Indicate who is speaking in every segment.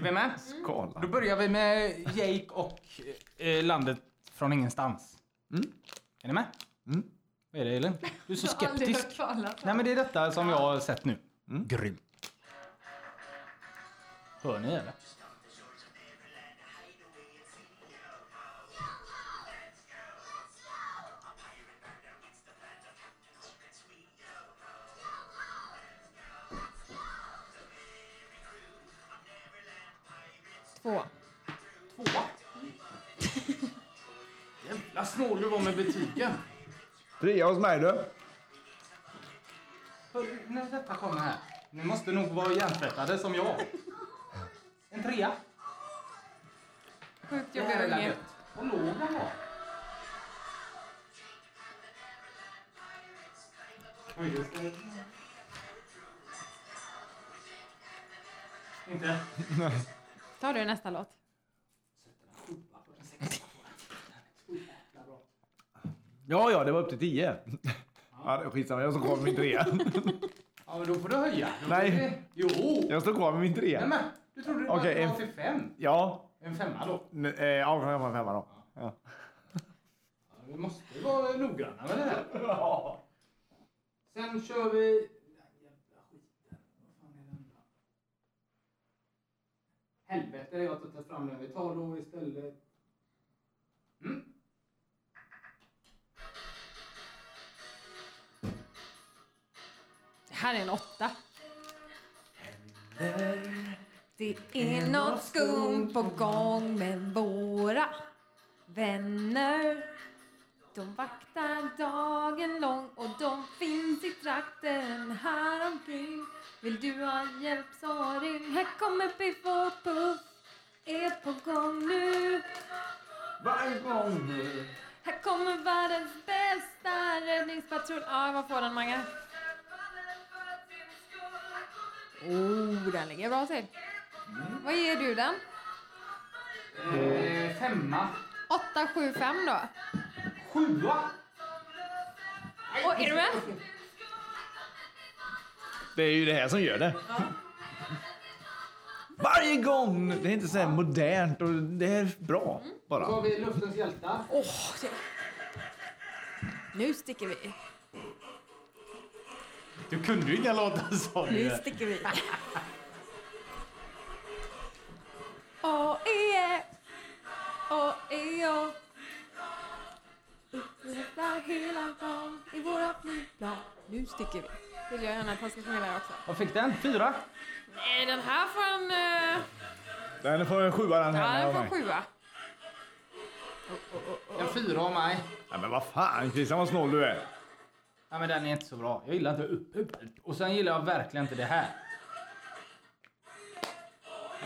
Speaker 1: med?
Speaker 2: Skala.
Speaker 1: Då börjar vi med Jake och eh, landet från ingenstans. Är ni med?
Speaker 2: Mm.
Speaker 1: Vad är det Elin? Du är så skeptisk. Nej men det är detta som jag har sett nu. Mm. Grymt. Hör ni eller?
Speaker 3: Två.
Speaker 1: Jävla snål du var med butiken.
Speaker 2: Trea hos mig du.
Speaker 1: Hör, när detta kommer här. Ni måste nog vara hjärntvättade som jag. En trea.
Speaker 3: Sjukt
Speaker 1: Det här
Speaker 3: jobbiga
Speaker 1: är
Speaker 3: unge.
Speaker 1: gött. Vad låg den var. Oj, just det. Inte?
Speaker 3: Tar du nästa låt?
Speaker 2: Ja, ja, det var upp till tio. Ja, det är skitsamma. Jag står kvar med min trea.
Speaker 1: Ja, men då får du höja. Då får
Speaker 2: Nej.
Speaker 1: vi- Jo!
Speaker 2: Jag står kvar med min
Speaker 1: Nej,
Speaker 2: trea.
Speaker 1: men, du trodde det var
Speaker 2: Okej, en-
Speaker 1: en... till fem.
Speaker 2: Ja.
Speaker 1: En femma då.
Speaker 2: n- eh, Ja, jag får en femma då. Ja.
Speaker 1: Ja, vi måste ju vara noggranna med det här. Sen kör vi... Helvete, jag har inte tagit fram den. Vi tar då istället... Mm.
Speaker 3: Det här är en åtta. Det är något skumt på gång med våra vänner. De vaktar dagen lång och de finns i trakten här omkring. Vill du ha hjälp så ring. Här kommer Piff och Puff. Är på gång nu.
Speaker 2: Varje gång nu.
Speaker 3: Här kommer världens bästa räddningspatrull. Ja, vad får den Mange? Oh, den ligger bra till. Vad ger du den?
Speaker 1: Eh, femma.
Speaker 3: 8, 7, 5 då.
Speaker 1: Sjua!
Speaker 3: Och är du med?
Speaker 2: Det är ju det här som gör det. Varje gång! Det är inte så här modernt och det är bra
Speaker 1: Då har
Speaker 2: bara.
Speaker 1: vi Luftens hjältar.
Speaker 3: Åh, det... Nu sticker vi.
Speaker 1: Du kunde ju inga låtar sa
Speaker 3: Nu sticker vi. Åh, ie. Åh, io. Uppleva hela dagen i våra flygplan. Nu sticker vi. Vill jag gärna att han ska sjunga där också.
Speaker 1: Vad fick den? Fyra?
Speaker 3: Nej, den här får en... eh,
Speaker 2: Den får en sjua den
Speaker 3: Ja,
Speaker 2: här.
Speaker 3: den
Speaker 2: av
Speaker 3: får
Speaker 2: mig.
Speaker 3: en sjua.
Speaker 1: En fyra av mig.
Speaker 2: Ja, men vad fan Christian vad snål du är.
Speaker 1: Nej men den är inte så bra. Jag gillar inte upp, upp, upp. Och sen gillar jag verkligen inte det här.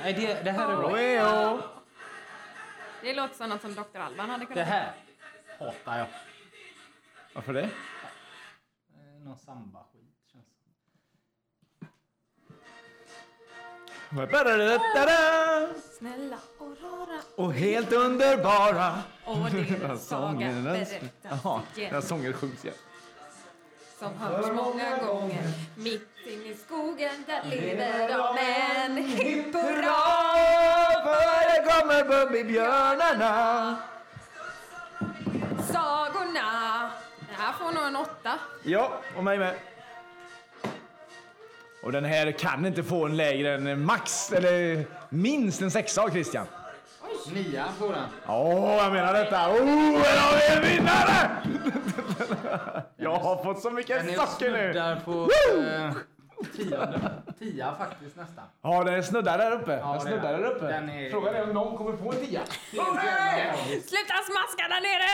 Speaker 1: Nej det, det här är bra.
Speaker 2: Oeo!
Speaker 3: Det låter som något som Dr. Alban hade
Speaker 1: Det
Speaker 3: kunnat...
Speaker 1: här hatar jag.
Speaker 2: Varför det?
Speaker 1: Eh, Någon samba-skit känns det
Speaker 3: Snälla och rara
Speaker 2: Och helt underbara
Speaker 3: och din saga
Speaker 2: sången Jaha,
Speaker 3: berättas
Speaker 2: den här
Speaker 3: igen.
Speaker 2: sången sjungs ju.
Speaker 3: Som hörts många gånger Mitt inne i skogen där lever de en Hipp hurra!
Speaker 2: för det kommer Bumbibjörnarna
Speaker 3: Sagorna! Det här får nog en åtta.
Speaker 2: Ja, och mig med. Och den här kan inte få en lägre än max, eller minst en sexa av Christian.
Speaker 1: Nia på den.
Speaker 2: Åh, jag menar detta! Oh, här har vi en vinnare! Jag har fått så
Speaker 1: Den
Speaker 2: mycket
Speaker 1: är
Speaker 2: socker nu!
Speaker 1: snuddar på eh, tionde. Tia faktiskt nästan.
Speaker 2: Ja, den snuddar där uppe.
Speaker 1: Ja,
Speaker 2: Den snuddar
Speaker 1: den är-
Speaker 2: där uppe.
Speaker 1: den är-
Speaker 2: Frågan är om någon kommer få en tia.
Speaker 3: Sluta smaska där nere!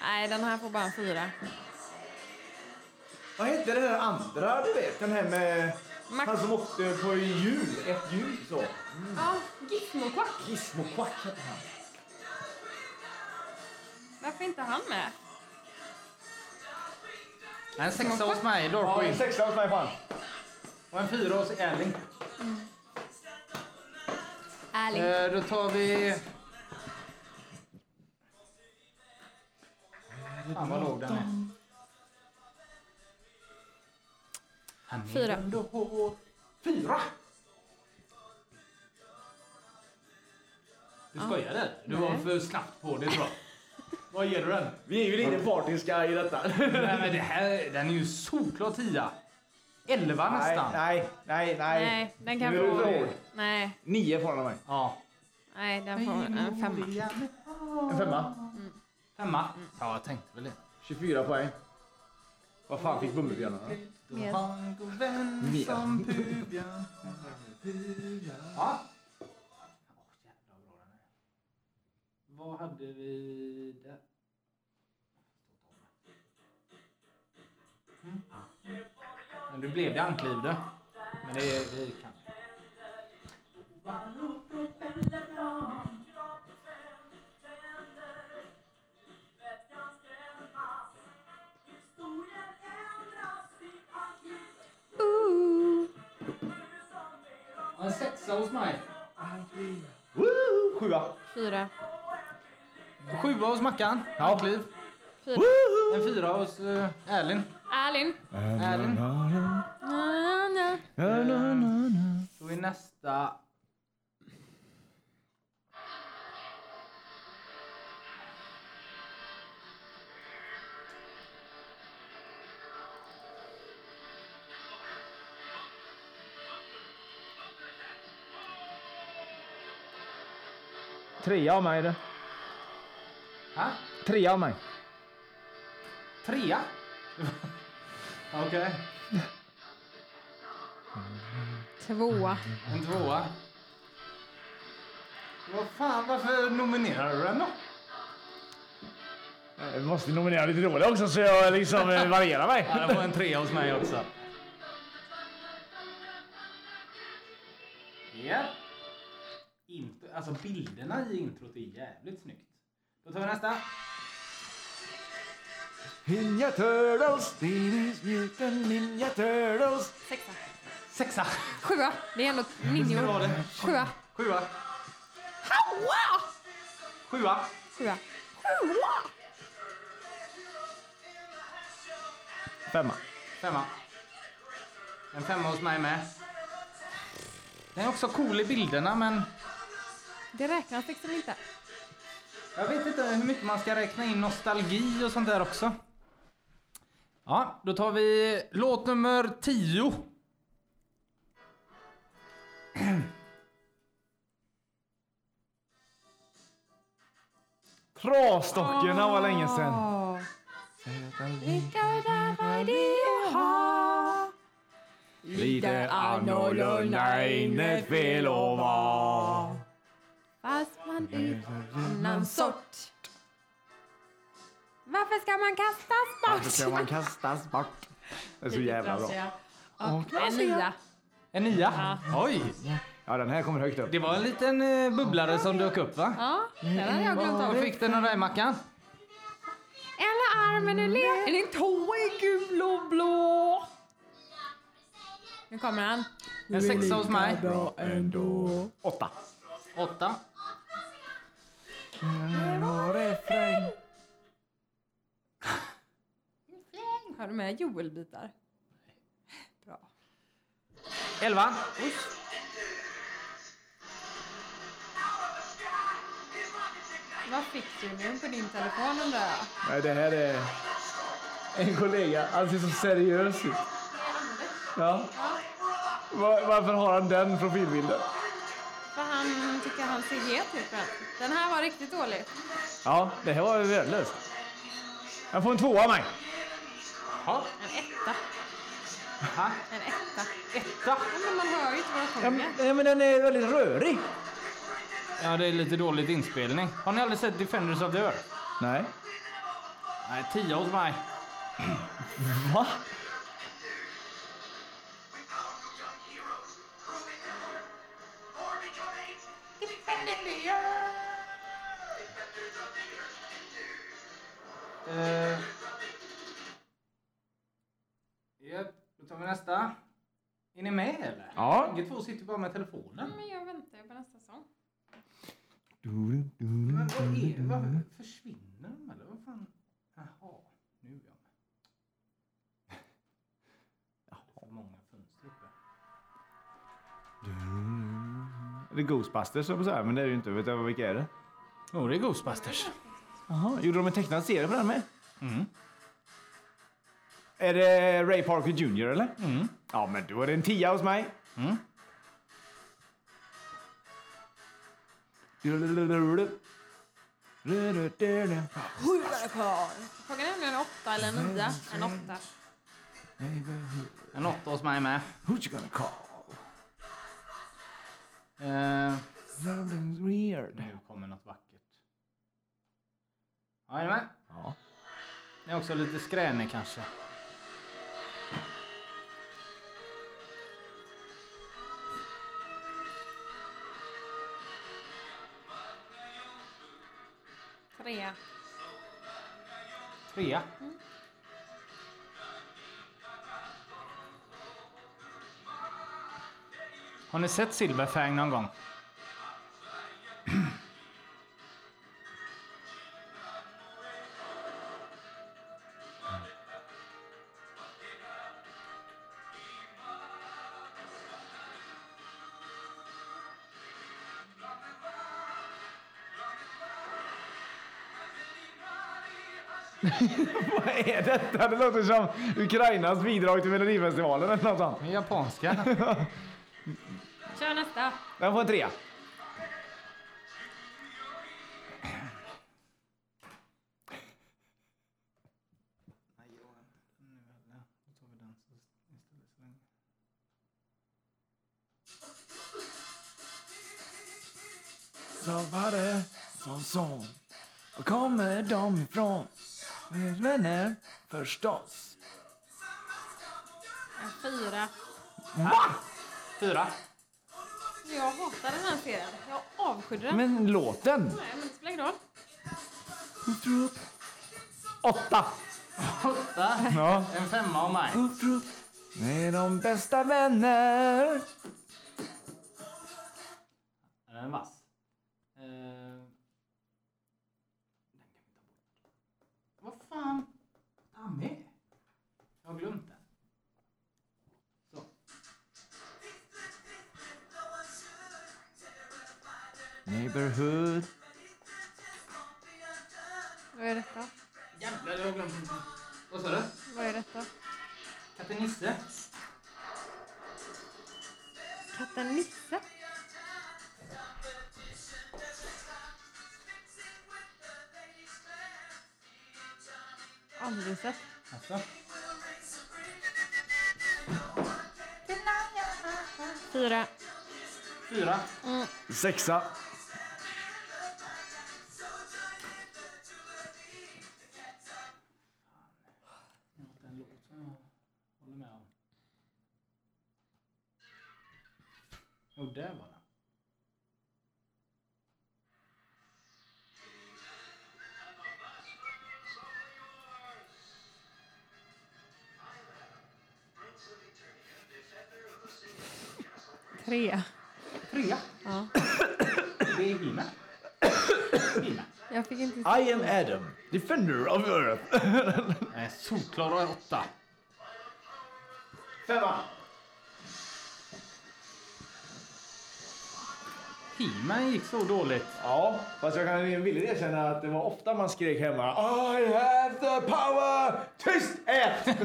Speaker 3: Nej, den här får bara en fyra. Mm.
Speaker 2: Vad hette det där andra du vet? Den här med...
Speaker 3: Max-
Speaker 2: Han som åkte på hjul, ett hjul så.
Speaker 3: Ja, Gizmokvack.
Speaker 2: Gizmo Quack hette han.
Speaker 3: Varför är inte han med?
Speaker 1: En sexa hos mig,
Speaker 2: Ja, en
Speaker 1: Darkwing.
Speaker 2: sexa hos mig fan.
Speaker 1: Och en fyra hos Erling.
Speaker 3: Ärligt.
Speaker 1: Eh, då tar vi... Fan vad låg den är. Han är
Speaker 3: Fyra.
Speaker 1: ändå på fyra! Du
Speaker 3: Ja.
Speaker 1: skojade? Du
Speaker 3: Nej.
Speaker 1: var för snabbt på det tror jag. Vad ger du den?
Speaker 4: Vi är ju lite partiska i detta.
Speaker 1: Nej men det här, den är ju solklar tia. Elva nästan.
Speaker 2: Nej, nej, nej. nej.
Speaker 3: Nej, den kan
Speaker 2: Nu är det
Speaker 3: få...
Speaker 2: för hård.
Speaker 3: Nej,
Speaker 2: Nio får han av mig.
Speaker 1: Ja.
Speaker 3: nej, den får en femma.
Speaker 2: En femma.
Speaker 1: Femma. Ja, jag tänkte väl det.
Speaker 2: 24 poäng. Vad fan fick Bumbibjörnarna?
Speaker 3: Mer.
Speaker 1: Han går vän
Speaker 2: Mer.
Speaker 1: som Pubia. Ja. Vad hade vi där? Mm. Men du blev det anklivde. Men det är vi kan.
Speaker 3: Ooh.
Speaker 1: Ja, En sexa hos mig.
Speaker 2: Woo! Sjua.
Speaker 3: Fyra.
Speaker 1: Sjua hos Mackan. Ja. Ankliv.
Speaker 3: Fyra.
Speaker 1: En fyra hos uh, Erlin.
Speaker 3: Erlin.
Speaker 1: Erlin.
Speaker 3: Na, na.
Speaker 1: Eh, Då är nästa...
Speaker 2: Trea av mig. du.
Speaker 1: Ha?
Speaker 2: Trea av mig.
Speaker 1: Trea? Okej.
Speaker 3: Tvåa.
Speaker 1: En tvåa. Vad fan, varför nominerar du den då?
Speaker 2: Jag måste nominera lite dåliga också så jag liksom eh, varierar mig.
Speaker 1: Ja, det var en trea hos mig också. Ja. Intro, alltså bilderna i introt är jävligt snyggt. Då tar vi nästa.
Speaker 2: Ninja Turtles, Teenage Mutant Ninja Turtles.
Speaker 3: Sexa.
Speaker 1: Sexa.
Speaker 3: Sjua. Det är ändå
Speaker 1: Hur var
Speaker 3: ninjor.
Speaker 1: det?
Speaker 3: Sjua.
Speaker 1: Sjua.
Speaker 3: Haua!
Speaker 1: Sjua.
Speaker 3: Sjua. Sjua!
Speaker 2: Femma.
Speaker 1: Femma. En femma hos mig med. Den är också cool i bilderna men
Speaker 3: Det räknas liksom inte.
Speaker 1: Jag vet inte hur mycket man ska räkna in nostalgi och sånt där också. Ja, då tar vi låt nummer 10.
Speaker 2: Trastockorna var länge sedan.
Speaker 3: Åh. Vilka där var det jag har?
Speaker 2: Lite annorlunda, inget fel att vara.
Speaker 3: Fast man är annan sort. Varför ska man kastas bort?
Speaker 2: Varför ska man kastas bort? Det är så jävla bra.
Speaker 3: Och en nia.
Speaker 1: En nia? Oj!
Speaker 2: Ja, den här kommer högt upp.
Speaker 1: Det var en liten eh, bubblare som dök upp va?
Speaker 3: Ja, den hade jag glömt av.
Speaker 1: Vad fick den av dig Mackan?
Speaker 3: Eller armen ur led.
Speaker 1: Mm.
Speaker 3: Är din tå är gul och blå? Nu kommer han.
Speaker 1: En sexa hos mig.
Speaker 2: Bra ändå. Åtta.
Speaker 1: Åtta.
Speaker 3: Har du med Joel-bitar? Bra.
Speaker 1: Elva.
Speaker 3: Vad fick du nu på din telefon undrar jag?
Speaker 2: Nej, det här är en kollega. Han ser så seriös ut. Ja. Va- Varför har han den profilbilden?
Speaker 3: För han tycker han ser het ut men den här var riktigt dålig.
Speaker 2: Ja, det här var ju värdelöst. Jag får en tvåa av mig.
Speaker 1: Ja.
Speaker 3: En etta.
Speaker 1: Ha.
Speaker 3: En etta.
Speaker 1: Etta.
Speaker 3: Ja, men man hör ju inte vad de sjunger.
Speaker 2: Ja, men- ja, men den är väldigt rörig.
Speaker 1: Ja, det är lite dåligt inspelning. Har ni aldrig sett Defenders of the Earth?
Speaker 2: Nej.
Speaker 1: Nej, tio hos mig.
Speaker 2: Va?
Speaker 1: Eh. Japp, då tar vi nästa. Är ni med eller?
Speaker 2: Ja.
Speaker 1: Bägge två sitter bara med telefonen.
Speaker 3: Men jag väntar ju på nästa sång.
Speaker 1: Mm. Men vad är det? Varför försvinner de eller? Vad fan? Jaha.
Speaker 2: Ghostbusters, så här, men det är ju inte. Vet du vilka är det?
Speaker 1: Jo, det är Ghostbusters.
Speaker 2: Jaha, gjorde de en tecknad serie på den med? Mm. Är det Ray Parker Jr eller?
Speaker 1: Mm.
Speaker 2: Ja, men då är det en tia hos mig.
Speaker 1: Mm.
Speaker 3: Sju är det kvar. Frågan är om det är en åtta eller en nia. En åtta.
Speaker 1: En åtta hos mig med.
Speaker 2: Who's you gonna call?
Speaker 1: Eh,
Speaker 2: Something's weird.
Speaker 1: nu kommer något vackert. Jajamän.
Speaker 2: Ja.
Speaker 1: Det är också lite skränig kanske.
Speaker 3: Tre.
Speaker 1: Trea. Har ni sett Silverfang någon gång?
Speaker 2: Vad är detta? Det låter som Ukrainas bidrag till Melodifestivalen eller något sånt.
Speaker 1: Det är japanska.
Speaker 3: Kör nästa.
Speaker 2: Den får en trea. Så var det som sån. Var kommer de ifrån? Vänner förstås.
Speaker 3: En fyra.
Speaker 1: Fyra.
Speaker 3: Jag hatar den här serien. Jag avskyr den. Nej,
Speaker 2: Men låten?
Speaker 3: men det spelar ingen roll.
Speaker 2: Åtta.
Speaker 1: Åtta.
Speaker 2: Ja.
Speaker 1: En femma av mig.
Speaker 2: Med de bästa vänner.
Speaker 1: Den är vass. Eh, den kan vi ta bort. Vad fan? Ta med. Jag har glömt den. Så.
Speaker 2: Neighborhood.
Speaker 3: Vad är detta?
Speaker 1: Jävlar, jag har glömt den. Vad sa du?
Speaker 3: Vad är detta?
Speaker 1: Katten Nisse?
Speaker 3: Katten Nisse? Aldrig sett.
Speaker 1: Alltså.
Speaker 3: Fyra.
Speaker 1: Fyra.
Speaker 2: Sexa.
Speaker 1: Den låt som jag håller med om. Jo, där var den.
Speaker 3: Tre.
Speaker 1: Trea.
Speaker 3: Ja.
Speaker 1: Det är Hina. Hina.
Speaker 3: Jag fick inte se.
Speaker 2: I am Adam, defender of earth.
Speaker 1: Eh, Solklara åtta.
Speaker 2: Femma.
Speaker 1: He-Man gick så dåligt.
Speaker 2: Ja, fast jag kan villigt erkänna att det var ofta man skrek hemma I have the power! Tyst! Ät!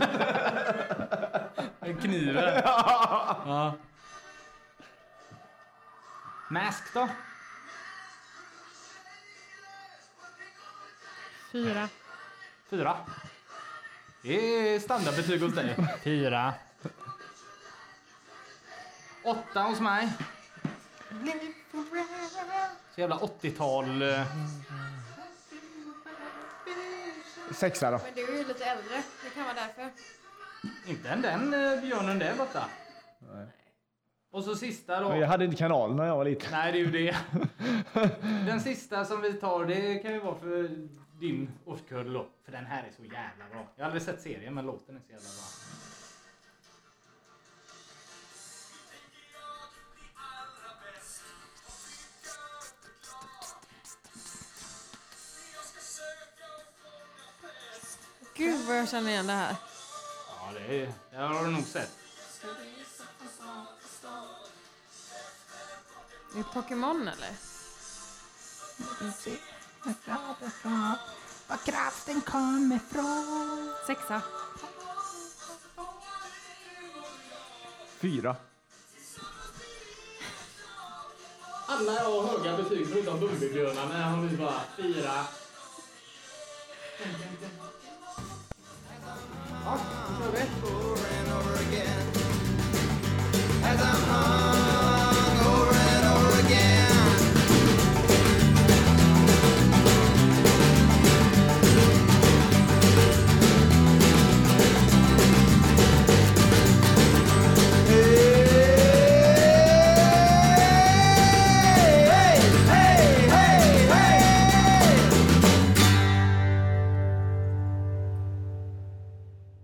Speaker 1: Kniven. ja. Mask då?
Speaker 3: Fyra.
Speaker 1: Fyra. Det är standardbetyg hos dig. Fyra. Åtta hos mig. Så jävla 80-tal. eh,
Speaker 2: Sexa då.
Speaker 3: Men du är ju lite äldre. Det kan vara därför.
Speaker 1: Inte än den eh, björnen där borta. Och så sista då.
Speaker 2: Jag hade inte kanal när jag var liten.
Speaker 1: Nej, det är ju det. Den sista som vi tar, det kan ju vara för din årskull då. För den här är så jävla bra. Jag har aldrig sett serien, men låten är så jävla bra.
Speaker 3: Gud vad jag känner igen det här.
Speaker 1: Ja, det, är, det har du nog sett.
Speaker 3: Det är Pokémon eller?
Speaker 5: se var ifrån, var kraften kommer ifrån.
Speaker 3: Sexa.
Speaker 2: Fyra.
Speaker 1: Alla har höga betyg förutom Bumbibjörnarna. Här har vi bara fyra.
Speaker 5: Over and over again.